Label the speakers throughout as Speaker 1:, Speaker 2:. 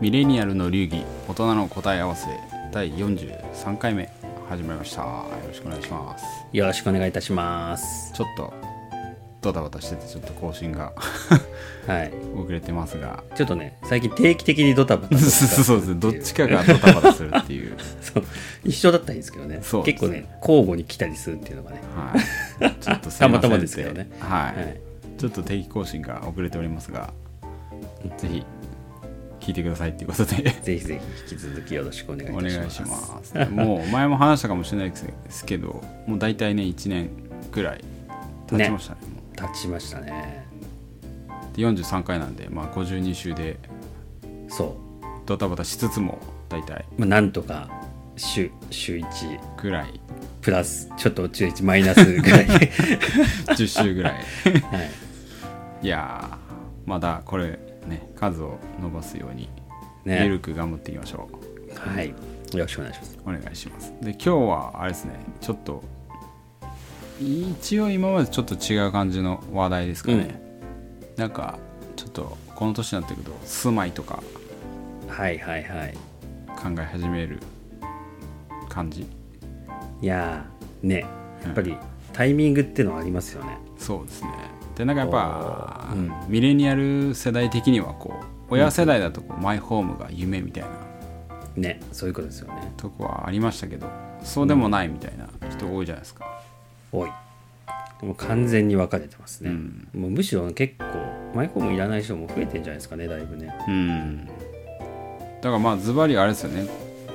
Speaker 1: ミレニアルの流儀大人の答え合わせ第43回目始まりましたよろしくお願いします
Speaker 2: よろしくお願いいたします。
Speaker 1: ちょっとドタバタしててちょっと更新が
Speaker 2: はい。
Speaker 1: 遅れてますが
Speaker 2: ちょっとね、最近定期的にドタバタ
Speaker 1: そう
Speaker 2: す る
Speaker 1: そうそうどっちかがドタバタするっていう
Speaker 2: そう一緒だったらいいんですけどね。
Speaker 1: そう
Speaker 2: 結構ね、交互に来たりするっていうのがね。
Speaker 1: はいちょっとすいませんって
Speaker 2: たまたまですけどね
Speaker 1: はい、
Speaker 2: はい
Speaker 1: ちょっと定期更新が遅れておりますがぜひ聞いてくださいっていうことで
Speaker 2: ぜひぜひ引き続きよろしくお願いい
Speaker 1: お
Speaker 2: たし
Speaker 1: 願
Speaker 2: ま
Speaker 1: いし
Speaker 2: す。
Speaker 1: ます。もう前も話したかもしれないですけど、もう大体ね、1年ぐらい経ちましたね。も
Speaker 2: 立ちましたね。
Speaker 1: うで43回なんで、まあ、52週で
Speaker 2: そ
Speaker 1: ドタバタしつつも、大体
Speaker 2: う。まあ、なんとか、週、週1、
Speaker 1: ぐらい、
Speaker 2: プラス、ちょっと中1マイナスぐら い。はい。
Speaker 1: 10週ぐらい。 いやー、まだこれ、ね、数を伸ばすように、
Speaker 2: ね
Speaker 1: ゆるく頑張っていきましょ
Speaker 2: はい。よろしくお願いします。
Speaker 1: う。お願いします。で、今日は、あれですね、ちょっと、一応今までちょっと違う感じの話題ですかね。なんか、ちょっと、この年になってくると、住まいとか、
Speaker 2: はいはいはい。
Speaker 1: 考え始める感じ
Speaker 2: いやー、ね、やっぱりタイミングってのはありますよね。
Speaker 1: そうですねでなんかやっぱ、ミレニアル世代的にはこう親世代だとこう、マイホームが夢みたいな
Speaker 2: ね、そういうことですよね。
Speaker 1: とこはありましたけどそうでもないみたいな人多いじゃないですか、
Speaker 2: 多いもう完全に分かれてますね、
Speaker 1: うん
Speaker 2: もうむしろ結構マイホームいらない人も増えてんじゃないですかねだいぶね
Speaker 1: うんだからまあズバリあれですよね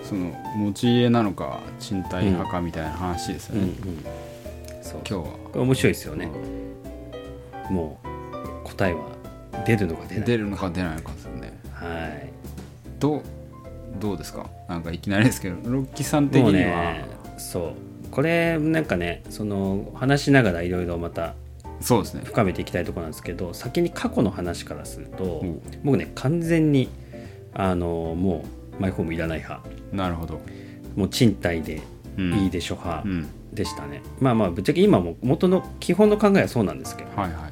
Speaker 1: その持ち家なのか賃貸派かみたいな話ですよ
Speaker 2: うん
Speaker 1: ね、
Speaker 2: うんそう
Speaker 1: 今日は
Speaker 2: これ面白いですよね、もう答えは出るのか出ない
Speaker 1: 出るのか出ないのかですよね
Speaker 2: はい
Speaker 1: どうどうですかなんかいきなりですけどロッキーさん的
Speaker 2: もう
Speaker 1: には、
Speaker 2: ねそうこれなんかねその話しながらいろいろまた
Speaker 1: そうですね
Speaker 2: 深めていきたいところなんですけど先に過去の話からすると、
Speaker 1: うん
Speaker 2: 僕ね完全にあのもうマイホームいらない派
Speaker 1: なるほど
Speaker 2: もう賃貸で
Speaker 1: うん
Speaker 2: いいでしょ派、
Speaker 1: うん
Speaker 2: でしたねまあまあぶっちゃけ今も元の基本の考えはそうなんですけど
Speaker 1: はいは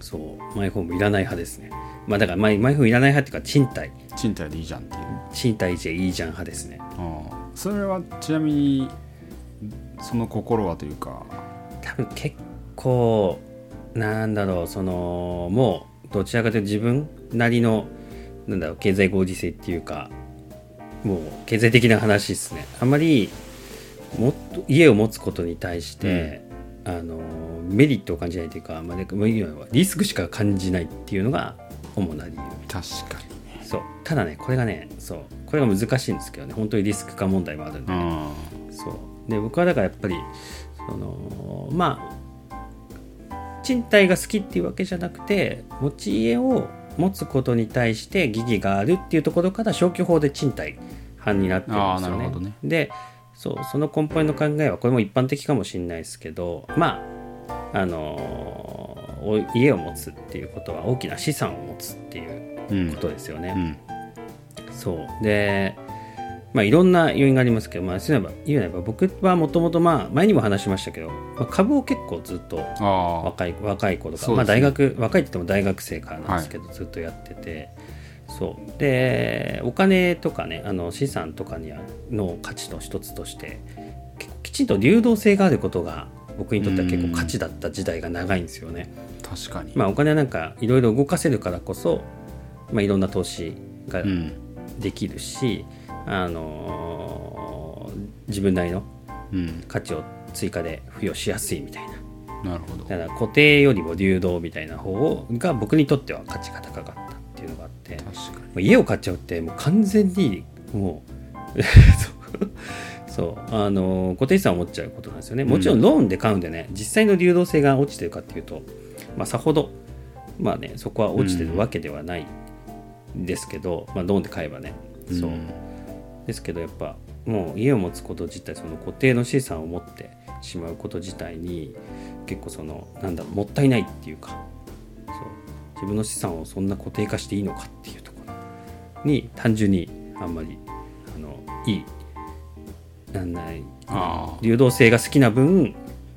Speaker 2: そうマイホームいらない派ですねまあだからマイマイホームいらない派っていうか賃貸
Speaker 1: い賃貸でいいじゃんっていう
Speaker 2: 賃貸じゃいいじゃん派ですね
Speaker 1: ああそれはちなみにその心はというか
Speaker 2: 多分結構なんだろうそのもうどちらかというと自分なりのなんだろう経済合理性っていうかもう経済的な話ですねあまりもっと家を持つことに対して、あのメリットを感じないというか、まあ、なんかもういいのはリスクしか感じないっていうのが主な理由
Speaker 1: 確かにね
Speaker 2: そうただねこれがねそうこれが難しいんですけどね本当にリスク化問題もあるんで、
Speaker 1: あ
Speaker 2: そうで僕はだからやっぱりそのまあ賃貸が好きっていうわけじゃなくて持ち家を持つことに対して疑義があるっていうところから消去法で賃貸派になってるんです
Speaker 1: あー
Speaker 2: よ
Speaker 1: なる
Speaker 2: ね
Speaker 1: ほどね
Speaker 2: でそうその根本の考えはこれも一般的かもしれないですけどまああのお家を持つっていうことは大きな資産を持つっていう
Speaker 1: あうん
Speaker 2: ことですよね、
Speaker 1: うん
Speaker 2: そうでまあいろんな要因がありますけどまあそういえば言うなれば僕はもともとまあ前にも話しましたけど、まあ、株を結構ずっと
Speaker 1: ああ
Speaker 2: 若い若い頃から、
Speaker 1: そう
Speaker 2: ま
Speaker 1: で
Speaker 2: あ
Speaker 1: すね
Speaker 2: 大学若いって言っても大学生からなんですけど、ずっとやっててそうでお金とかねあの資産とかにはの価値の一つとして結構きちんと流動性があることが僕にとっては結構価値だった時代が長いんですよね。
Speaker 1: 確かに
Speaker 2: まあ、お金はなんかいろいろ動かせるからこそ、まあ、いろんな投資が
Speaker 1: うん
Speaker 2: できるし、あのー自分なりの
Speaker 1: うん
Speaker 2: 価値を追加で付与しやすいみたいな
Speaker 1: なるほど
Speaker 2: だから固定よりも流動みたいな方をが僕にとっては価値が高かったっていうのがあって
Speaker 1: 確か
Speaker 2: もう家を買っちゃうってもう完全にもうそう そうあの固定資産を持っちゃうことなんですよねもちろんローンで買うんでね、実際の流動性が落ちてるかっていうと、まあ、さほど、まあね、そこは落ちてるわけではないですけど、まあ、ローンで買えばね
Speaker 1: に
Speaker 2: そう、
Speaker 1: ん
Speaker 2: ですけどやっぱもう家を持つこと自体その固定の資産を持ってしまうこと自体に結構そのなんだろうもったいないっていうかそう自分の資産をそんな固定化していいのかっていうところに単純にあんまりあのいいなんない
Speaker 1: あ
Speaker 2: 流動性が好きな分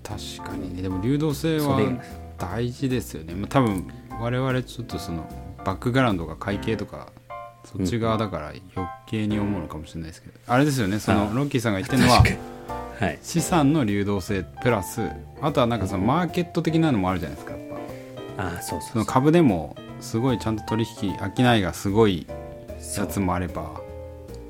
Speaker 1: あ確かにねでも流動性は
Speaker 2: それ
Speaker 1: 大事ですよね、まあ、多分我々ちょっとそのバックグラウンドが会計とかそっち側だから余計に思うのかもしれないですけど、あれですよねそ
Speaker 2: あ
Speaker 1: の
Speaker 2: あ
Speaker 1: ロッキーさんが言ってるのは
Speaker 2: 確かにはい
Speaker 1: 資産の流動性プラスあとはなんかそのマーケット的なのもあるじゃないですかやっぱ
Speaker 2: ああそうそう
Speaker 1: そ
Speaker 2: そう
Speaker 1: の株でもすごいちゃんと取引商いがすごい
Speaker 2: そ
Speaker 1: やつもあれば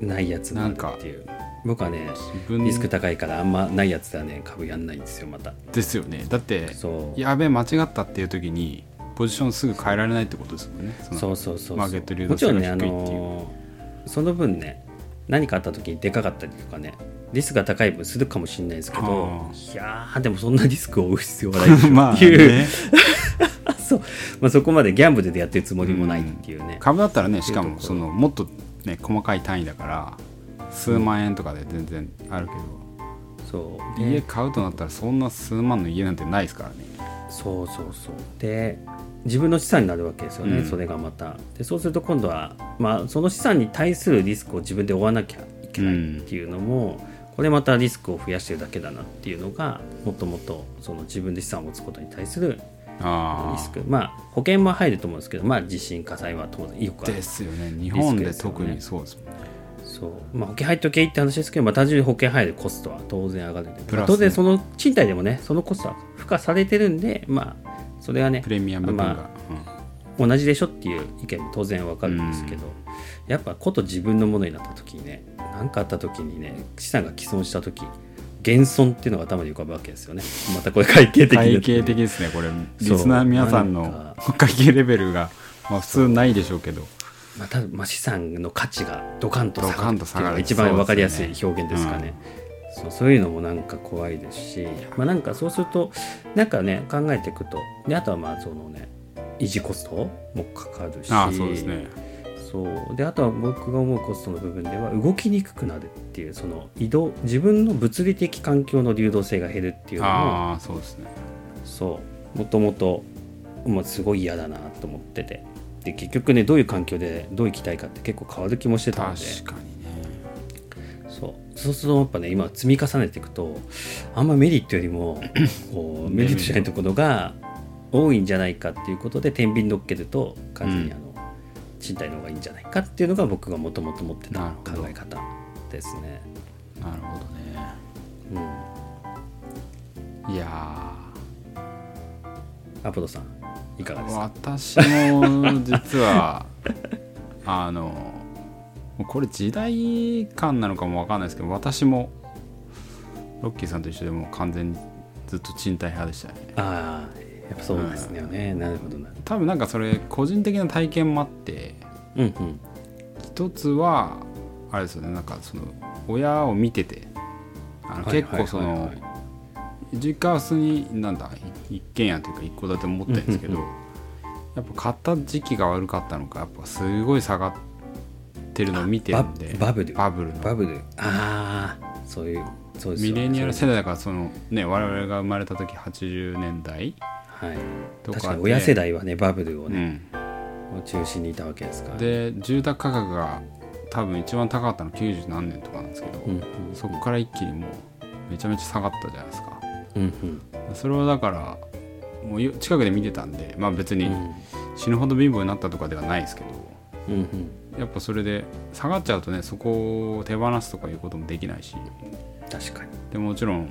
Speaker 2: うないやつなんかっていう僕はね
Speaker 1: 自分
Speaker 2: リスク高いからあんまないやつだね株やんないんですよまた
Speaker 1: ですよねだって
Speaker 2: そう
Speaker 1: やべえ間違ったっていう時にポジションすぐ変えられないってことですもんねその
Speaker 2: そうそうそう
Speaker 1: マーケット流
Speaker 2: も
Speaker 1: 動
Speaker 2: ちろ
Speaker 1: 性
Speaker 2: ん
Speaker 1: が
Speaker 2: ねあ
Speaker 1: 低いっていう、
Speaker 2: のーその分ね何かあった時にでかかったりとかねリスクが高い分するかもしれないですけど
Speaker 1: あ
Speaker 2: いやーでもそんなリスクを負う必要はないでし ょ
Speaker 1: まあ
Speaker 2: って いう、
Speaker 1: ね
Speaker 2: そうまあ、そこまでギャンブルでやってるつもりもないっていうね、
Speaker 1: 株だったら ねしかもそのもっとね細かい単位だから数万円とかで全然あるけど、
Speaker 2: そう
Speaker 1: 家
Speaker 2: で
Speaker 1: 買うとなったらそんな数万の家なんてないですからね
Speaker 2: そうそうそうで自分の資産になるわけですよね、
Speaker 1: うん
Speaker 2: それがまたでそうすると今度は、まあ、その資産に対するリスクを自分で負わなきゃいけないっていうのも、これまたリスクを増やしてるだけだなっていうのがもともとその自分で資産を持つことに対する
Speaker 1: あ
Speaker 2: リス
Speaker 1: あ
Speaker 2: クまあ保険も入ると思うんですけど、まあ、地震火災は当然よくある
Speaker 1: ですよね日本
Speaker 2: リ
Speaker 1: で
Speaker 2: スクです
Speaker 1: 特
Speaker 2: よね
Speaker 1: にそうですもんね
Speaker 2: そうまあ、保険入っとけって話ですけど、まあ、単純に保険入るコストは当然上がるんで
Speaker 1: プラスね
Speaker 2: 当然その賃貸でもねそのコストは付加されてるんでまあそれはね
Speaker 1: プレミアム分が、
Speaker 2: まあ、同じでしょっていう意見も当然わかるんですけど、やっぱこと自分のものになった時にね何かあった時にね資産が既存した時減損っていうのが頭に浮かぶわけですよねまたこれ会計
Speaker 1: うん、
Speaker 2: 的
Speaker 1: 会
Speaker 2: に
Speaker 1: 計的ですねこれ
Speaker 2: そう
Speaker 1: リスナー皆さん
Speaker 2: な
Speaker 1: の 会計レベルが、まあ、普通ないでしょうけど
Speaker 2: まあ、多分まあ資産の価値がドカンと下
Speaker 1: ド
Speaker 2: が
Speaker 1: カ
Speaker 2: るっ
Speaker 1: ン
Speaker 2: て
Speaker 1: と
Speaker 2: い
Speaker 1: 下
Speaker 2: うの
Speaker 1: が
Speaker 2: が
Speaker 1: る
Speaker 2: 一番分かりやすい表現ですかね。そうそういうのもなんか怖いですし、まあ、なんかそうするとなんかね考えていくとであとはまあそのね維持コストもかかるし
Speaker 1: ああそうですね
Speaker 2: そうであとは僕が思うコストの部分では動きにくくなるっていうその移動自分の物理的環境の流動性が減るっていうのも
Speaker 1: ああそうですね
Speaker 2: そうもともともうすごい嫌だなと思っててで結局ねどういう環境でどう生きたいかって結構変わる気もしてたので
Speaker 1: 確かにね
Speaker 2: そうそうするとやっぱね今積み重ねていくとあんまメリットより もこうメリットじゃないところが多いんじゃないかっていうことで天秤乗っけると完全にあの、賃貸の方がいいんじゃないかっていうのが僕がもともと持ってた
Speaker 1: なるほど
Speaker 2: 考え方ですね。
Speaker 1: なるほどね
Speaker 2: うん、
Speaker 1: いや
Speaker 2: アポロさんいかがで
Speaker 1: ー
Speaker 2: すか
Speaker 1: 私も実は あのもうこれ時代感なのかもわかんないですけど私もロッキーさんと一緒でもう完全にずっと賃貸派でしたね
Speaker 2: ああやっぱそうですよね、なるほどな
Speaker 1: 多分なんかそれ個人的な体験もあって
Speaker 2: うんうん
Speaker 1: 一つはあれですよねなんかその親を見ててあの
Speaker 2: はい
Speaker 1: 結構その、
Speaker 2: はいはいはい
Speaker 1: 実家は普通になんだい一軒家というか一戸建て持ってるんですけど、
Speaker 2: うんう
Speaker 1: やっぱ買った時期が悪かったのかやっぱすごい下がってるのを見てる
Speaker 2: バ
Speaker 1: んで
Speaker 2: バブル
Speaker 1: バブルの
Speaker 2: バブルああそういうそうです
Speaker 1: ミ
Speaker 2: よ
Speaker 1: レニアル
Speaker 2: そ
Speaker 1: 世
Speaker 2: う
Speaker 1: 代だからそのね我々が生まれた時80年代
Speaker 2: はい
Speaker 1: とかで
Speaker 2: 確かに親世代はねバブルを
Speaker 1: う
Speaker 2: ね、
Speaker 1: ん、
Speaker 2: 中心にいたわけですから
Speaker 1: で住宅価格が多分一番高かったの90何年とかなんですけど、
Speaker 2: うんうん
Speaker 1: そこから一気にもうめちゃめちゃ下がったじゃないですか
Speaker 2: うんうん
Speaker 1: それはだからもうよ近くで見てたんでまあ別
Speaker 2: う
Speaker 1: に
Speaker 2: ん
Speaker 1: 死ぬほど貧乏になったとかではないですけど、
Speaker 2: うんうん
Speaker 1: やっぱそれで下がっちゃうとねそこを手放すとかいうこともできないし
Speaker 2: 確かに
Speaker 1: でもちろん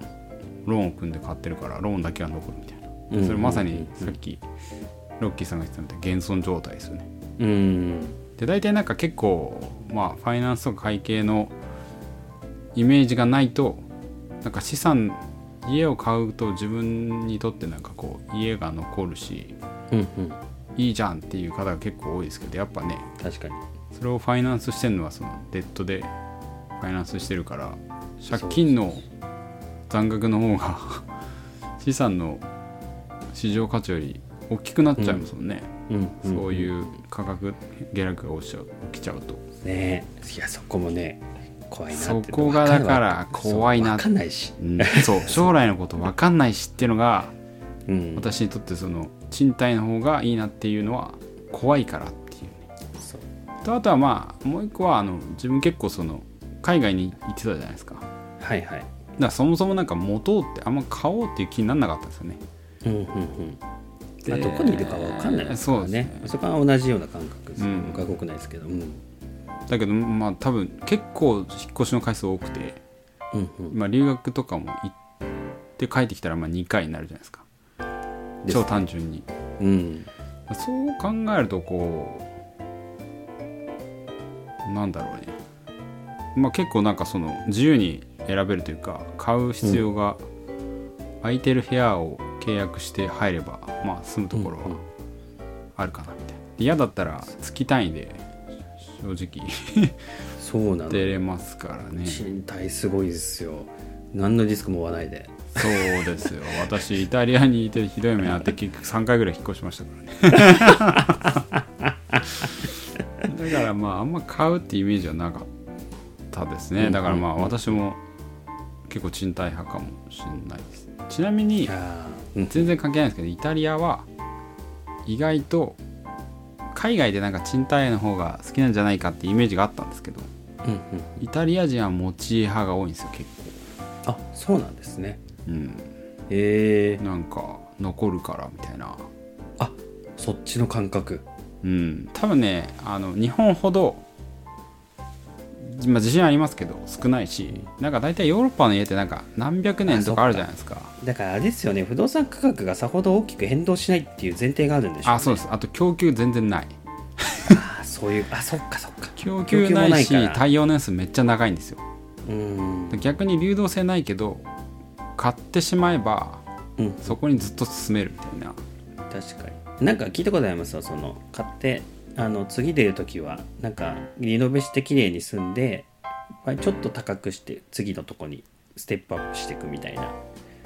Speaker 1: ローンを組んで買ってるからローンだけは残るみたいな
Speaker 2: うん
Speaker 1: それまさにさっきロッキーさんが言ってたみたいに現存状態ですよね
Speaker 2: うん
Speaker 1: で大体なんか結構まあファイナンスとか会計のイメージがないとなんか資産家を買うと自分にとってなんかこう家が残るし
Speaker 2: うんうん
Speaker 1: いいじゃんっていう方が結構多いですけどやっぱね
Speaker 2: 確かに
Speaker 1: それをファイナンスしてるのはそのデッドでファイナンスしてるから借金の残額の方が 資産の市場価値より大きくなっちゃいますもんね、
Speaker 2: うんん
Speaker 1: そういう価格下落が起きちゃう起きちゃうと
Speaker 2: ねいやそこもね怖いなって
Speaker 1: そこがだから怖いな
Speaker 2: 分かんないし、
Speaker 1: うんそう将来のこと分かんないしっていうのが
Speaker 2: うん、
Speaker 1: 私にとってその賃貸の方がいいなっていうのは怖いからっていうね
Speaker 2: そう
Speaker 1: とあとはまあもう一個はあの自分結構その海外に行ってたじゃないですか
Speaker 2: はいは
Speaker 1: だ
Speaker 2: い
Speaker 1: からそもそもなんか持とうってあんま買おうっていう気にならなかったんですよね
Speaker 2: うんうんうん
Speaker 1: で
Speaker 2: まあ、どこにいるかわかんないですか
Speaker 1: そ
Speaker 2: ら
Speaker 1: うです
Speaker 2: ね
Speaker 1: ね
Speaker 2: そこは同じような感覚です、
Speaker 1: うん
Speaker 2: 僕は僕は国内ですけど、うん
Speaker 1: だけどまあ多分結構引っ越しの回数多くて、
Speaker 2: うんうん
Speaker 1: まあ、留学とかも行って帰ってきたらまあ2回になるじゃないですか
Speaker 2: です
Speaker 1: 超単純に
Speaker 2: うん
Speaker 1: そう考えるとこうなんだろうね、まあ、結構なんかその自由に選べるというか買う必要が、空いてる部屋を契約して入ればまあ住むところは
Speaker 2: うんうん
Speaker 1: あるかなみたいなで嫌だったら月単位で正直
Speaker 2: そうなの
Speaker 1: 出れますからね
Speaker 2: 賃貸すごいですよ何のリスクも負わないで
Speaker 1: そうですよ私イタリアにいてひどい目にあって結局3回ぐらい引っ越しましたからね だからまああんま買うってイメージはなかったですねだからまあ私も結構賃貸派かもしれないですちなみに
Speaker 2: あーうん
Speaker 1: 全然関係ないんですけどイタリアは意外と海外でなんか賃貸の方が好きなんじゃないかってイメージがあったんですけど
Speaker 2: うんうん
Speaker 1: イタリア人は持ち家派が多いんですよ結
Speaker 2: あそうなんですね
Speaker 1: 構うん
Speaker 2: ええ
Speaker 1: なんか残るからみたいな
Speaker 2: あそっちの感覚
Speaker 1: うん多分ねあの日本ほどまあ自信ありますけど少ないしなんか大体ヨーロッパの家ってなんか何百年とかあるじゃないですか
Speaker 2: だからあれですよね不動産価格がさほど大きく変動しないっていう前提があるんでしょ
Speaker 1: あそうですあと供給全然ない
Speaker 2: あそういうあそっかそっか
Speaker 1: 供給ないし
Speaker 2: 供給もないから
Speaker 1: 耐用年数めっちゃ長いんですよ
Speaker 2: うーん
Speaker 1: 逆に流動性ないけど買ってしまえば
Speaker 2: うん
Speaker 1: そこにずっと進めるみたいな
Speaker 2: 確かになんか聞いたことありますよその買ってあの次出る時はなんかリノベして綺麗に住んでまあちょっと高くして次のとこにステップアップしていくみたいな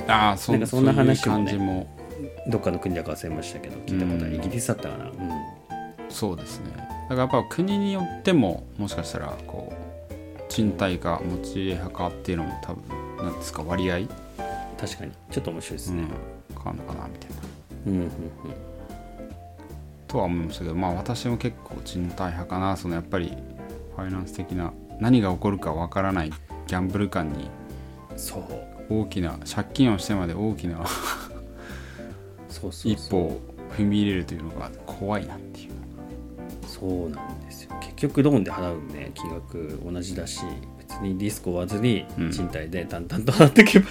Speaker 1: ああそ
Speaker 2: なんかそんな話
Speaker 1: そう
Speaker 2: も
Speaker 1: いう
Speaker 2: ね
Speaker 1: 感じも
Speaker 2: どっかの国だか忘れましたけど聞いたことあ
Speaker 1: うん
Speaker 2: るイギリスだったかなうん
Speaker 1: そうですねだからやっぱ国によってももしかしたらこう賃貸か持ち家派かっていうのも多分なんですか割合、うん、
Speaker 2: 確かにちょっと面白いです
Speaker 1: 変
Speaker 2: ね
Speaker 1: わるのかなみたいな
Speaker 2: うんうんうん
Speaker 1: とは思いましたけどまあ私も結構賃貸派かなそのやっぱりファイナンス的な何が起こるかわからないギャンブル感に
Speaker 2: そう
Speaker 1: 大きな借金をしてまで大きな
Speaker 2: そうそう
Speaker 1: 一
Speaker 2: そ
Speaker 1: 歩
Speaker 2: う
Speaker 1: を踏み入れるというのが怖いなっていう
Speaker 2: そうなんですよ結局ローンで払うね金額同じだし別にリスクを負わずに
Speaker 1: うん
Speaker 2: 賃貸で淡々と払っていけば、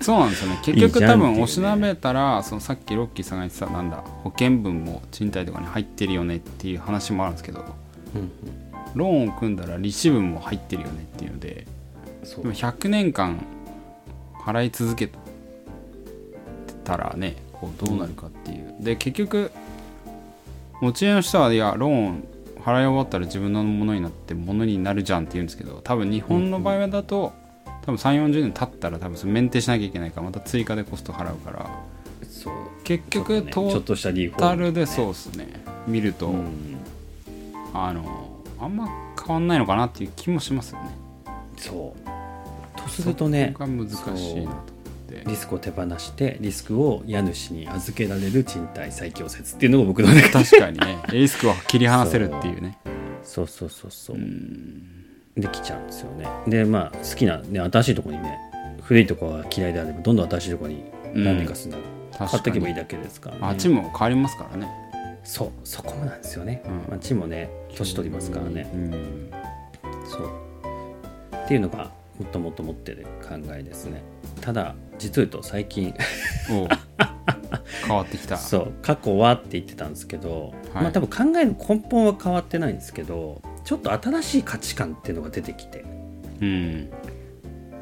Speaker 1: そうなんですよね結
Speaker 2: いい
Speaker 1: 局
Speaker 2: じゃん
Speaker 1: 多
Speaker 2: っていうね
Speaker 1: 分おしなべたらそのさっきロッキーさんが言ってたなんだ保険分も賃貸とかに入ってるよねっていう話もあるんですけどローンを組んだら利子分も入ってるよねっていうので
Speaker 2: そ
Speaker 1: で
Speaker 2: う
Speaker 1: も100年間払い続けたらねこうどうなるかっていうで結局持ち家の人はいやローン払い終わったら自分のものになってものになるじゃんって言うんですけど多分日本の場合だと多分3 4 0年経ったら多分それメンテしなきゃいけないからまた追加でコスト払うから
Speaker 2: そう
Speaker 1: 結
Speaker 2: ちょっと
Speaker 1: 局
Speaker 2: ね
Speaker 1: ト
Speaker 2: ちょ
Speaker 1: ー
Speaker 2: っとしたリフォー
Speaker 1: タ
Speaker 2: ム
Speaker 1: ルでそうですね見ると
Speaker 2: うん
Speaker 1: あのあんま変わんないのかなっていう気もしますよね。
Speaker 2: そうとするとね
Speaker 1: そこが難しいなと思って
Speaker 2: リスクを手放してリスクを家主に預けられる賃貸最強説っていうのが僕の中で
Speaker 1: 確かにねリスクを切り離せるっていうね
Speaker 2: そうそうそうそう、
Speaker 1: うん
Speaker 2: できちゃうんですよねでまあ好きなね新しいとこにね古いとこが嫌いであればどんどん新しいとこに何年か住んだら、買
Speaker 1: 確
Speaker 2: って
Speaker 1: か
Speaker 2: いけばいい
Speaker 1: に
Speaker 2: だけですから、ね、
Speaker 1: 街も変わりますからね
Speaker 2: そうそこもなんですよね、
Speaker 1: うん
Speaker 2: まあ地もね年取りますからね、
Speaker 1: うん
Speaker 2: そうっていうのがもっともっと持ってる考えですねただ実を言うと最近
Speaker 1: お う変わってきた
Speaker 2: そう過去はって言ってたんですけど、
Speaker 1: はい
Speaker 2: まあ多分考えの根本は変わってないんですけどちょっと新しい価値観っていうのが出てきて
Speaker 1: うん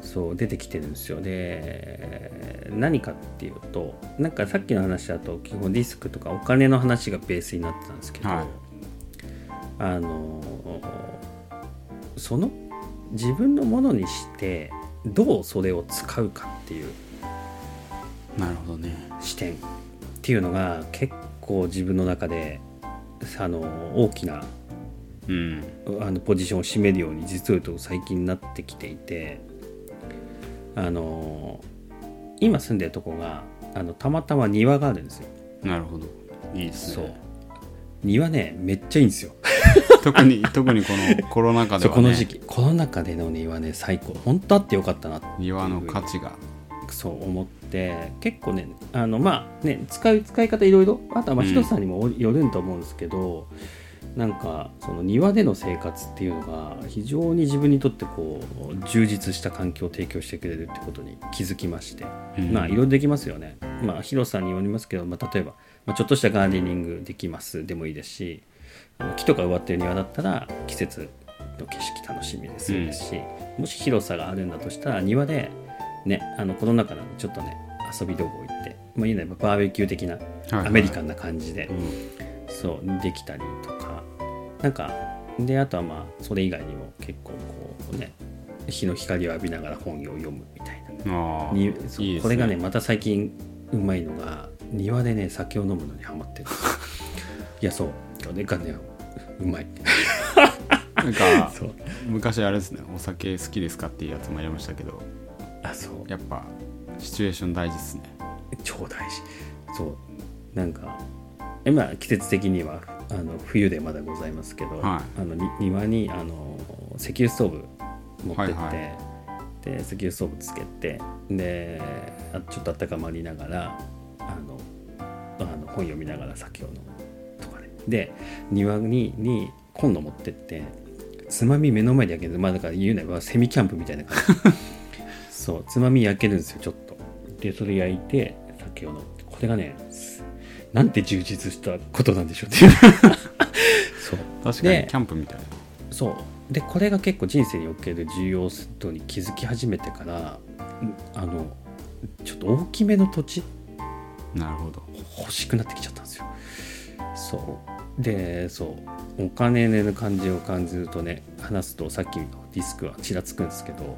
Speaker 2: そう出てきてるんですよで何かっていうとなんかさっきの話だと基本リスクとかお金の話がベースになってたんですけど、
Speaker 1: はい
Speaker 2: あのその自分のものにしてどうそれを使うかっていう
Speaker 1: なるほどね
Speaker 2: 視点っていうのが結構自分の中であの大きな
Speaker 1: うん
Speaker 2: あのポジションを占めるように実を言うと最近になってきていてあの今住んでるとこがあのたまたま庭があるんですよ
Speaker 1: なるほどいいです
Speaker 2: そう
Speaker 1: ね
Speaker 2: 庭ねめっちゃいいんですよ
Speaker 1: 特に 特にこのコロナ禍で
Speaker 2: そう
Speaker 1: は
Speaker 2: この時
Speaker 1: ね
Speaker 2: 期コロナ禍での庭ね最高本当あってよかったなって
Speaker 1: 庭の価値が
Speaker 2: そう思って結構ねあのまあね使い使い方いろいろあとはまあ
Speaker 1: うん
Speaker 2: 人さんにもよるんと思うんですけど、なんかその庭での生活っていうのが非常に自分にとってこう充実した環境を提供してくれるってことに気づきまして、
Speaker 1: うん
Speaker 2: まあいろいろできますよね、まあ、広さによりますけど、まあ、例えば、まあ、ちょっとしたガーデニングできますでもいいですしあの木とか植わってる庭だったら季節の景色楽しみですよですし、もし広さがあるんだとしたら庭で、ね、あのコロナ禍なんでちょっとね遊び道具行って、まあ、いいねバーベキュー的な
Speaker 1: はいはい
Speaker 2: アメリカンな感じで。
Speaker 1: うん
Speaker 2: そうできたりとかなんかであとはまあそれ以外にも結構こうね日の光を浴びながら本を読むみたいな
Speaker 1: ああ
Speaker 2: にそう
Speaker 1: いいですね
Speaker 2: これがねまた最近うまいのが庭でね酒を飲むのにハマってる んですよいやそうこれがねうまい
Speaker 1: なん か
Speaker 2: そう
Speaker 1: 昔あれですねお酒好きですかっていうやつもやりましたけど
Speaker 2: あそう
Speaker 1: やっぱシチュエーション大事ですね
Speaker 2: 超大事そうなんか今季節的にはあの冬でまだございますけど、
Speaker 1: は
Speaker 2: あのに庭にあの石油ストーブ持って
Speaker 1: はい
Speaker 2: って、
Speaker 1: は
Speaker 2: で石油ストーブつけてであちょっと温まりながらあのあの本読みながら酒を飲むとかねで庭ににコンロ持ってってつまみ目の前で焼けるまあだから言うならばセミキャンプみたいな感じ そうつまみ焼けるんですよちょっとでそれ焼いて酒を飲むこれがねすなんて充実したことなんでしょう ねそう
Speaker 1: 確かに
Speaker 2: で
Speaker 1: キャンプみたいな
Speaker 2: そうでこれが結構人生における重要度に気づき始めてからうんあのちょっと大きめの土地
Speaker 1: なるほど
Speaker 2: 欲しくなってきちゃったんですよそうでそうお金の感じを感じるとね話すとさっきのディスクはちらつくんですけど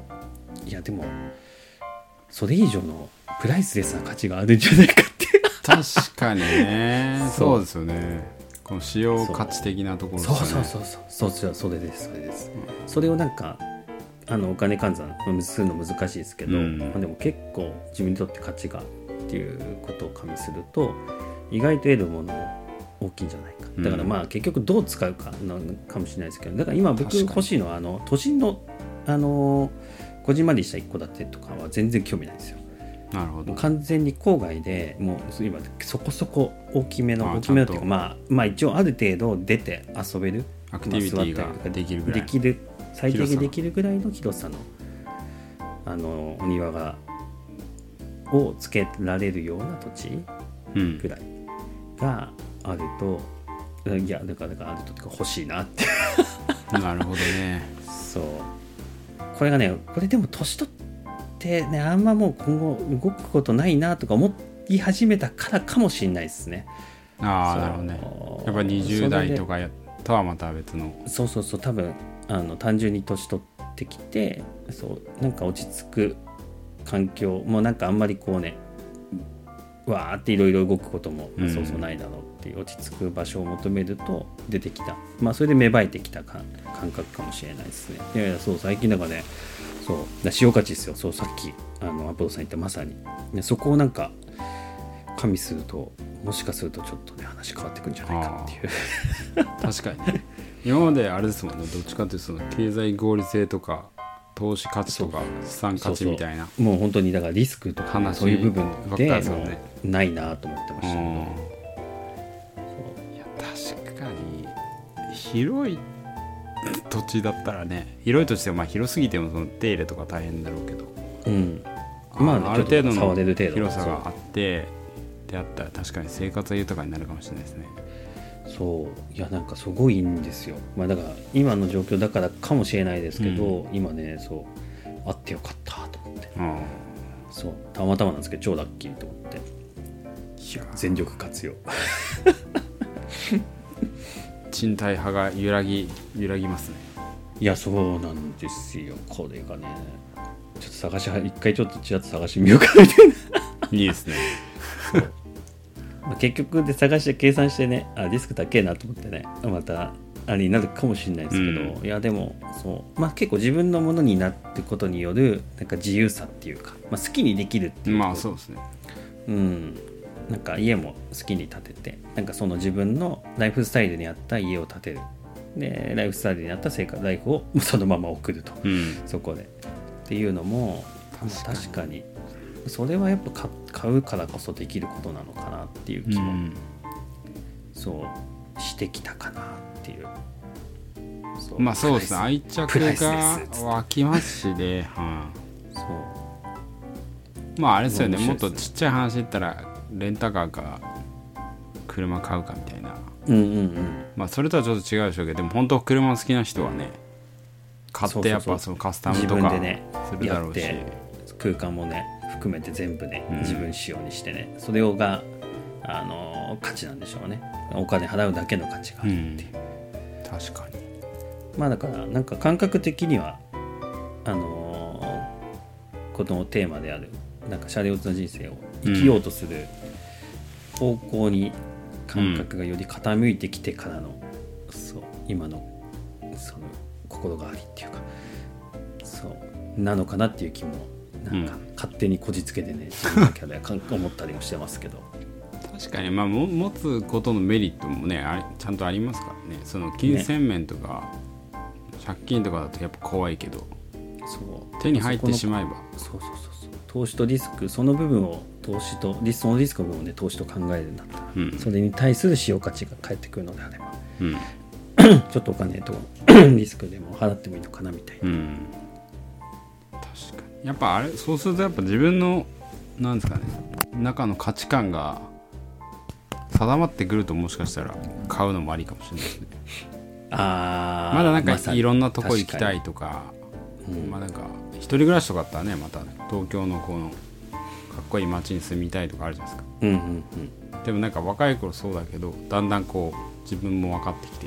Speaker 2: いやでもそれ以上のプライスレスな価値があるんじゃないかって
Speaker 1: 確かにね
Speaker 2: そう
Speaker 1: そうですよねこの使用価値的なところです
Speaker 2: そう
Speaker 1: よね
Speaker 2: そうそうそうそうそうそれですそれです、それをなんかあのお金換算するの難しいですけど、
Speaker 1: うん
Speaker 2: まあ、でも結構自分にとって価値がっていうことを加味すると意外と得るもの大きいんじゃないかだから
Speaker 1: うん
Speaker 2: まあ結局どう使うかなのかもしれないですけどだから今
Speaker 1: 確
Speaker 2: 僕
Speaker 1: かに
Speaker 2: 欲しいのはあの都心のあのこじんまりした一戸建てとかは全然興味ないんですよ
Speaker 1: なるほ
Speaker 2: もう
Speaker 1: ど
Speaker 2: 完全に郊外でもう今そこそこ大きめ
Speaker 1: あ
Speaker 2: の
Speaker 1: あ
Speaker 2: 大きめのっていう
Speaker 1: ちゃ
Speaker 2: か
Speaker 1: んと
Speaker 2: まあまあ一応ある程度出て遊べる
Speaker 1: アクティビティが
Speaker 2: まあ座ったりとか
Speaker 1: できるぐらい
Speaker 2: できる最適
Speaker 1: 広さ
Speaker 2: に
Speaker 1: の
Speaker 2: できるぐらいの広さのあのお庭がをつけられるような土地
Speaker 1: うん
Speaker 2: ぐらいがあるといやだからだからあるとってか欲しいなって
Speaker 1: なるほどね
Speaker 2: そうこれがねこれでも年取ってねあんまもう今後動くことないなとか思い始めたからかもしれないですね
Speaker 1: あ
Speaker 2: そ
Speaker 1: あ
Speaker 2: う
Speaker 1: なるほどねやっぱ20代とかやとはまた別の
Speaker 2: そうそうそう多分あの単純に年取ってきてそうなんか落ち着く環境もうなんかあんまりこうねわーっていろいろ動くことも
Speaker 1: うん
Speaker 2: そうそうないだろうっていう落ち着く場所を求めると出てきたまあそれで芽生えてきた感感覚かもしれないですねいやいやそう最近なんかねそうだ使用価値ですよそうさっきあのアポロさん言ったまさにねそこをなんか加味するともしかするとちょっとね話変わってくんじゃないかっていう
Speaker 1: 確かに ね今まであれですもんねどっちかというとその経済合理性とか投資価値とか資産価値みたいな
Speaker 2: もう本当にだからリスクとかね、
Speaker 1: 話
Speaker 2: そういう部分
Speaker 1: ばっかり
Speaker 2: で
Speaker 1: ですもんね
Speaker 2: もうないなと思ってま
Speaker 1: う
Speaker 2: したけど
Speaker 1: んいや確かに広い土地だったらね広い土地でもまあ広すぎてもその手入れとか大変だろうけど
Speaker 2: うんま
Speaker 1: ま
Speaker 2: あ
Speaker 1: あ、
Speaker 2: ね
Speaker 1: ある程度
Speaker 2: ちょっと触れる
Speaker 1: の
Speaker 2: 程度
Speaker 1: 広さがあってであったら確かに生活は豊かになるかもしれないですね
Speaker 2: そういやなんかすごいんですよまあだから今の状況だからかもしれないですけど、今ねそうあってよかったと思って
Speaker 1: うん
Speaker 2: そうたまたまなんですけど超ラッキーと思って
Speaker 1: いや
Speaker 2: 全力 活用
Speaker 1: 賃貸派が揺らぎ揺らぎますね
Speaker 2: いやそうなんですよこれがねちょっと探しは一回ちょっとちらっと探してみようかなみたい ない
Speaker 1: いですね
Speaker 2: まあ結局で探して計算してねあリスク高えなと思ってねまたあれになるかもしれないですけど、いやでもそう、まあ、結構自分のものになってことによるなんか自由さっていうか、まあ、好きにできるっていう
Speaker 1: まあ
Speaker 2: う、
Speaker 1: そうですね
Speaker 2: うん、なんか家も好きに建ててなんかその自分のライフスタイルに合った家を建てるでライフスタイルに合った生活ライフを そのまま送ると、
Speaker 1: うん
Speaker 2: そこでっていうのも
Speaker 1: 確かに
Speaker 2: 確かにそれはやっぱ買買うからこそできることなのかなっていう気も
Speaker 1: うん
Speaker 2: そうしてきたかなっっていうそう
Speaker 1: まあそうですね愛着
Speaker 2: プライス
Speaker 1: が
Speaker 2: です
Speaker 1: 湧きますしね、は
Speaker 2: そう
Speaker 1: いまああれですよねも
Speaker 2: 面
Speaker 1: っと
Speaker 2: 白いですね
Speaker 1: ちっちゃい話で言ったらレンタカーか車買うかみたいな
Speaker 2: うんうんうん
Speaker 1: まあそれとはちょっと違うでしょうけどでも本当車好きな人はね買っ
Speaker 2: そうそうそ
Speaker 1: て
Speaker 2: う
Speaker 1: やっぱそのカスタムと
Speaker 2: 自
Speaker 1: か
Speaker 2: 分でね
Speaker 1: するだろうし、
Speaker 2: やって空間もね含めて全部ね自分仕様にしてね、それをがあの価値なんでしょうねお金払うだけの価値があ
Speaker 1: う
Speaker 2: る、
Speaker 1: ん確かに
Speaker 2: まあだからなんか感覚的にはあのーこのテーマであるなんかシャレオツな人生を生きようとする方向に感覚がより傾いてきてからの、そう今のその心がありっていうかそうなのかなっていう気もなんか
Speaker 1: う
Speaker 2: 勝手にこじつけてね、自分の中ではかん思ったりもしてますけど
Speaker 1: 確かにまあも持つことのメリットもねあれちゃんとありますからねその金銭面とか、借金とかだとやっぱ怖いけど
Speaker 2: そう
Speaker 1: 手に入っ
Speaker 2: そこ
Speaker 1: て
Speaker 2: の
Speaker 1: しまえば
Speaker 2: そうそうそうそう投資とリスクその部分を投資とリスそのリスクの部分で投資と考えるんだったら、
Speaker 1: うん
Speaker 2: それに対する使用価値が返ってくるのであれば
Speaker 1: うん
Speaker 2: ちょっとお金とリスクでも払ってもいいのかなみたいな、
Speaker 1: うん確かにやっぱあれそうするとやっぱ自分のなんですかね中の価値観が定まってくるともしかしたら買うのもありかもしれないですね
Speaker 2: あー
Speaker 1: まだなん
Speaker 2: ま
Speaker 1: か
Speaker 2: さ
Speaker 1: いろんなとこ行き
Speaker 2: 確か
Speaker 1: た
Speaker 2: に
Speaker 1: いとかまあなんか一人暮らしとかあったらねまた東京のこのかっこいい街に住みたいとかあるじゃないですか
Speaker 2: うんうんうん
Speaker 1: でもなんか若い頃そうだけどだんだんこう自分も分かってきて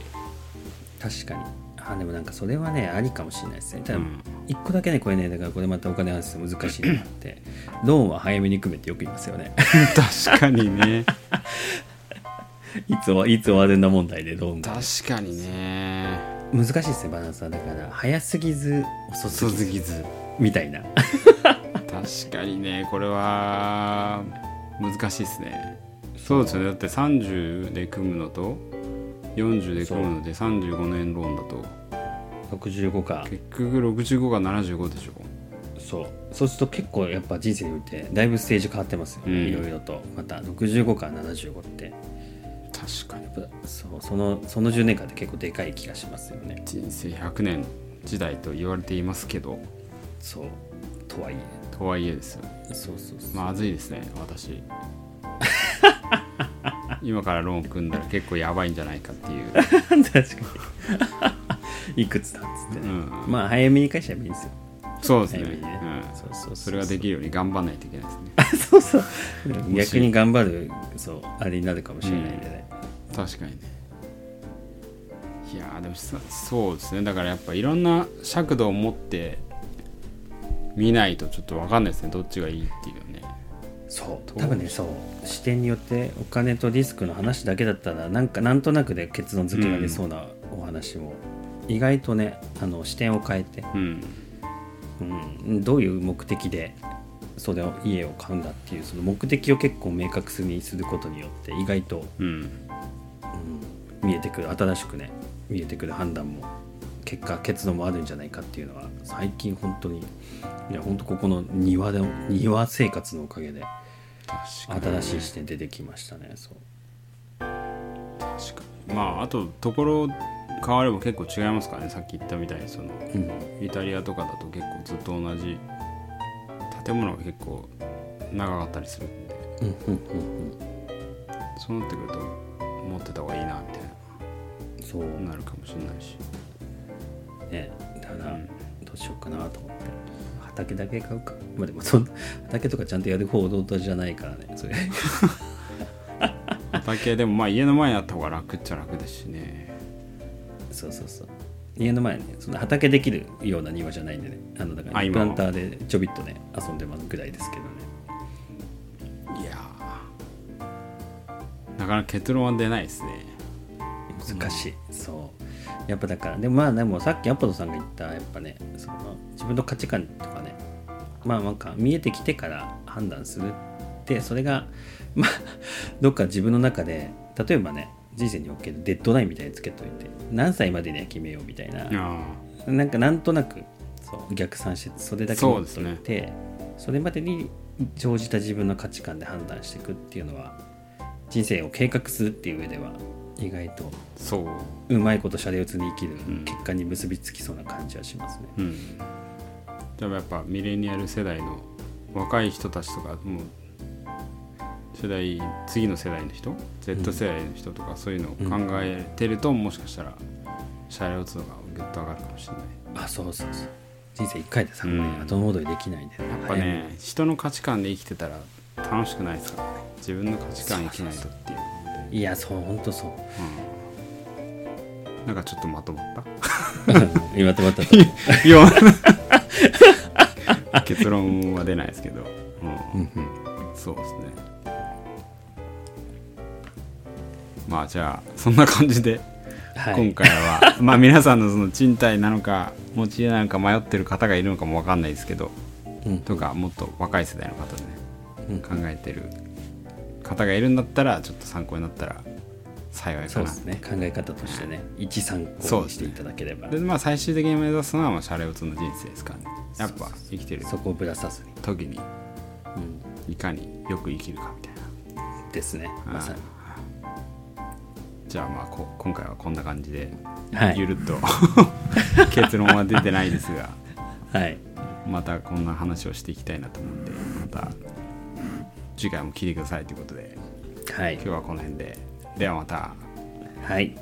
Speaker 2: 確かにあでもなんかそれはねありかもしれないですねただ
Speaker 1: うん
Speaker 2: 一個だけねこれねだからこれまたお金の話難しいのがあってローンは早めに組めってよく言いますよね
Speaker 1: 確かにね
Speaker 2: いつはいつ終わるんだ問題でローンが
Speaker 1: 確かにね
Speaker 2: 難しいですねバランスはだから早すぎず遅す
Speaker 1: 続
Speaker 2: ぎず
Speaker 1: きず
Speaker 2: みたいな
Speaker 1: 確かにねこれは難しいですねそうですよねだって30で組むのと40で組むので35年ローンだと
Speaker 2: 65か
Speaker 1: 結局65が75でしょ
Speaker 2: そうそうすると結構やっぱ人生においてだいぶステージ変わってますよ、
Speaker 1: うん
Speaker 2: いろいろとまた65から75って
Speaker 1: 確かに
Speaker 2: やっぱそうそのその10年間って結構でかい気がしますよね
Speaker 1: 人生100年時代と言われていますけど
Speaker 2: そうとはいえ
Speaker 1: とはいえですよ
Speaker 2: そうそうそう、
Speaker 1: まずいですね私 今からローン組んだら結構やばいんじゃないかっていう、
Speaker 2: 確かに いくつだっつって
Speaker 1: う
Speaker 2: ね、
Speaker 1: ん、
Speaker 2: まあ早めに返しちゃえばいいんですよ
Speaker 1: そうですね
Speaker 2: 早めにね、
Speaker 1: うん、
Speaker 2: そうそうう
Speaker 1: それができるように頑張らないといけないですね
Speaker 2: そうそう逆に頑張るそうあれになるかもしれないんでね、
Speaker 1: 確かにねいやーでもさそうですねだからやっぱいろんな尺度を持って見ないとちょっと分かんないですねどっちがいいっていうね
Speaker 2: そう多分ねそう視点によってお金とリスクの話だけだったらなんかなんとなくで結論付けられそうなお話も、意外とねあの視点を変えて、
Speaker 1: うん
Speaker 2: うん、どういう目的でそれを家を買うんだっていうその目的を結構明確にすることによって意外と、
Speaker 1: うん
Speaker 2: うん、見えてくる新しくね見えてくる判断も結果結論もあるんじゃないかっていうのは最近本当にいや本当ここの庭で庭生活のおかげで。
Speaker 1: 確かに
Speaker 2: 新しい視点出てきましたねそう
Speaker 1: 確かにまああとところ変われば結構違いますからねさっき言ったみたいにその
Speaker 2: うん
Speaker 1: イタリアとかだと結構ずっと同じ建物が結構長かったりするんで
Speaker 2: うんうんうん
Speaker 1: そうなってくると持ってた方がいいなみたい
Speaker 2: うんそう
Speaker 1: ななるかもしれないし
Speaker 2: ねだからどうしようかなと思って畑だけ買うかまあでもそん畑とかちゃんとやる方法じゃないからね それ
Speaker 1: 畑でもまあ家の前にあった方が楽っちゃ楽ですしね
Speaker 2: そうそうそう家の前ねそんな畑できるような庭じゃないんでねあのだから
Speaker 1: あ
Speaker 2: ねプ
Speaker 1: 今
Speaker 2: ラ
Speaker 1: は
Speaker 2: ンターでちょびっとね遊んでますぐらいですけどね
Speaker 1: いやーなかなか結論は出ないですね
Speaker 2: 難しい、そうやっぱだからでもまあでもさっきアポロさんが言ったやっぱねその自分の価値観とかねまあなんか見えてきてから判断するってそれが まあどっか自分の中で例えばね人生におけるデッドラインみたいにつけといて何歳までには決めようみたいな、
Speaker 1: あ
Speaker 2: なんかなんとなくそう逆算してそれだけ持っといてそ,、れまでに生じた自分の価値観で判断していくっていうのは人生を計画するっていう上では意意外と
Speaker 1: そう
Speaker 2: うまいことシャレ打つに生きる
Speaker 1: ん
Speaker 2: 結果に結びつきそうな感じはしますね、
Speaker 1: うんでもやっぱミレニアル世代の若い人たちとかもう世代次の世代の人 Z 世代の人とかそういうのを考えてると、もしかしたらシャレを打つのがぐっと上がるかもしれない
Speaker 2: あそうそうそう人生1回でさ、
Speaker 1: うん
Speaker 2: ね後戻りできないんで
Speaker 1: やっぱね、人の価値観で生きてたら楽しくないですからね自分の価値観生きないとっていう
Speaker 2: 早めにいやそうほんとそう
Speaker 1: なんかちょっとまとまった
Speaker 2: 今止まったと思う
Speaker 1: いや 結論は出ないですけど、うんそうですねまあじゃあそんな感じで、
Speaker 2: はい
Speaker 1: 今回は まあ皆さんのその賃貸なのか持ち家なのか迷ってる方がいるのかもわかんないですけど
Speaker 2: うん
Speaker 1: とかもっと若い世代の方でね
Speaker 2: うん
Speaker 1: 考えてる方がいるんだったらちょっと参考になったら幸いか
Speaker 2: そうで
Speaker 1: な
Speaker 2: すね考え方としてね一参
Speaker 1: そ
Speaker 2: 考
Speaker 1: う
Speaker 2: に
Speaker 1: で
Speaker 2: し
Speaker 1: す
Speaker 2: て
Speaker 1: ね
Speaker 2: いただければそ,、
Speaker 1: でまあ最終的に目指すのはまあシャレオツの人生ですからねやっぱ生きてる
Speaker 2: こをぶらさずに、
Speaker 1: 時に
Speaker 2: うん
Speaker 1: いかによく生きるかみたいな
Speaker 2: ですねまさに
Speaker 1: じゃあまあこ今回はこんな感じで、
Speaker 2: はい
Speaker 1: ゆる っと結論は出てないですが
Speaker 2: はい
Speaker 1: またこんな話をしていきたいなと思うんでまた次回も聞いてくださいということで
Speaker 2: はい
Speaker 1: 今日はこの辺でではまた。
Speaker 2: はい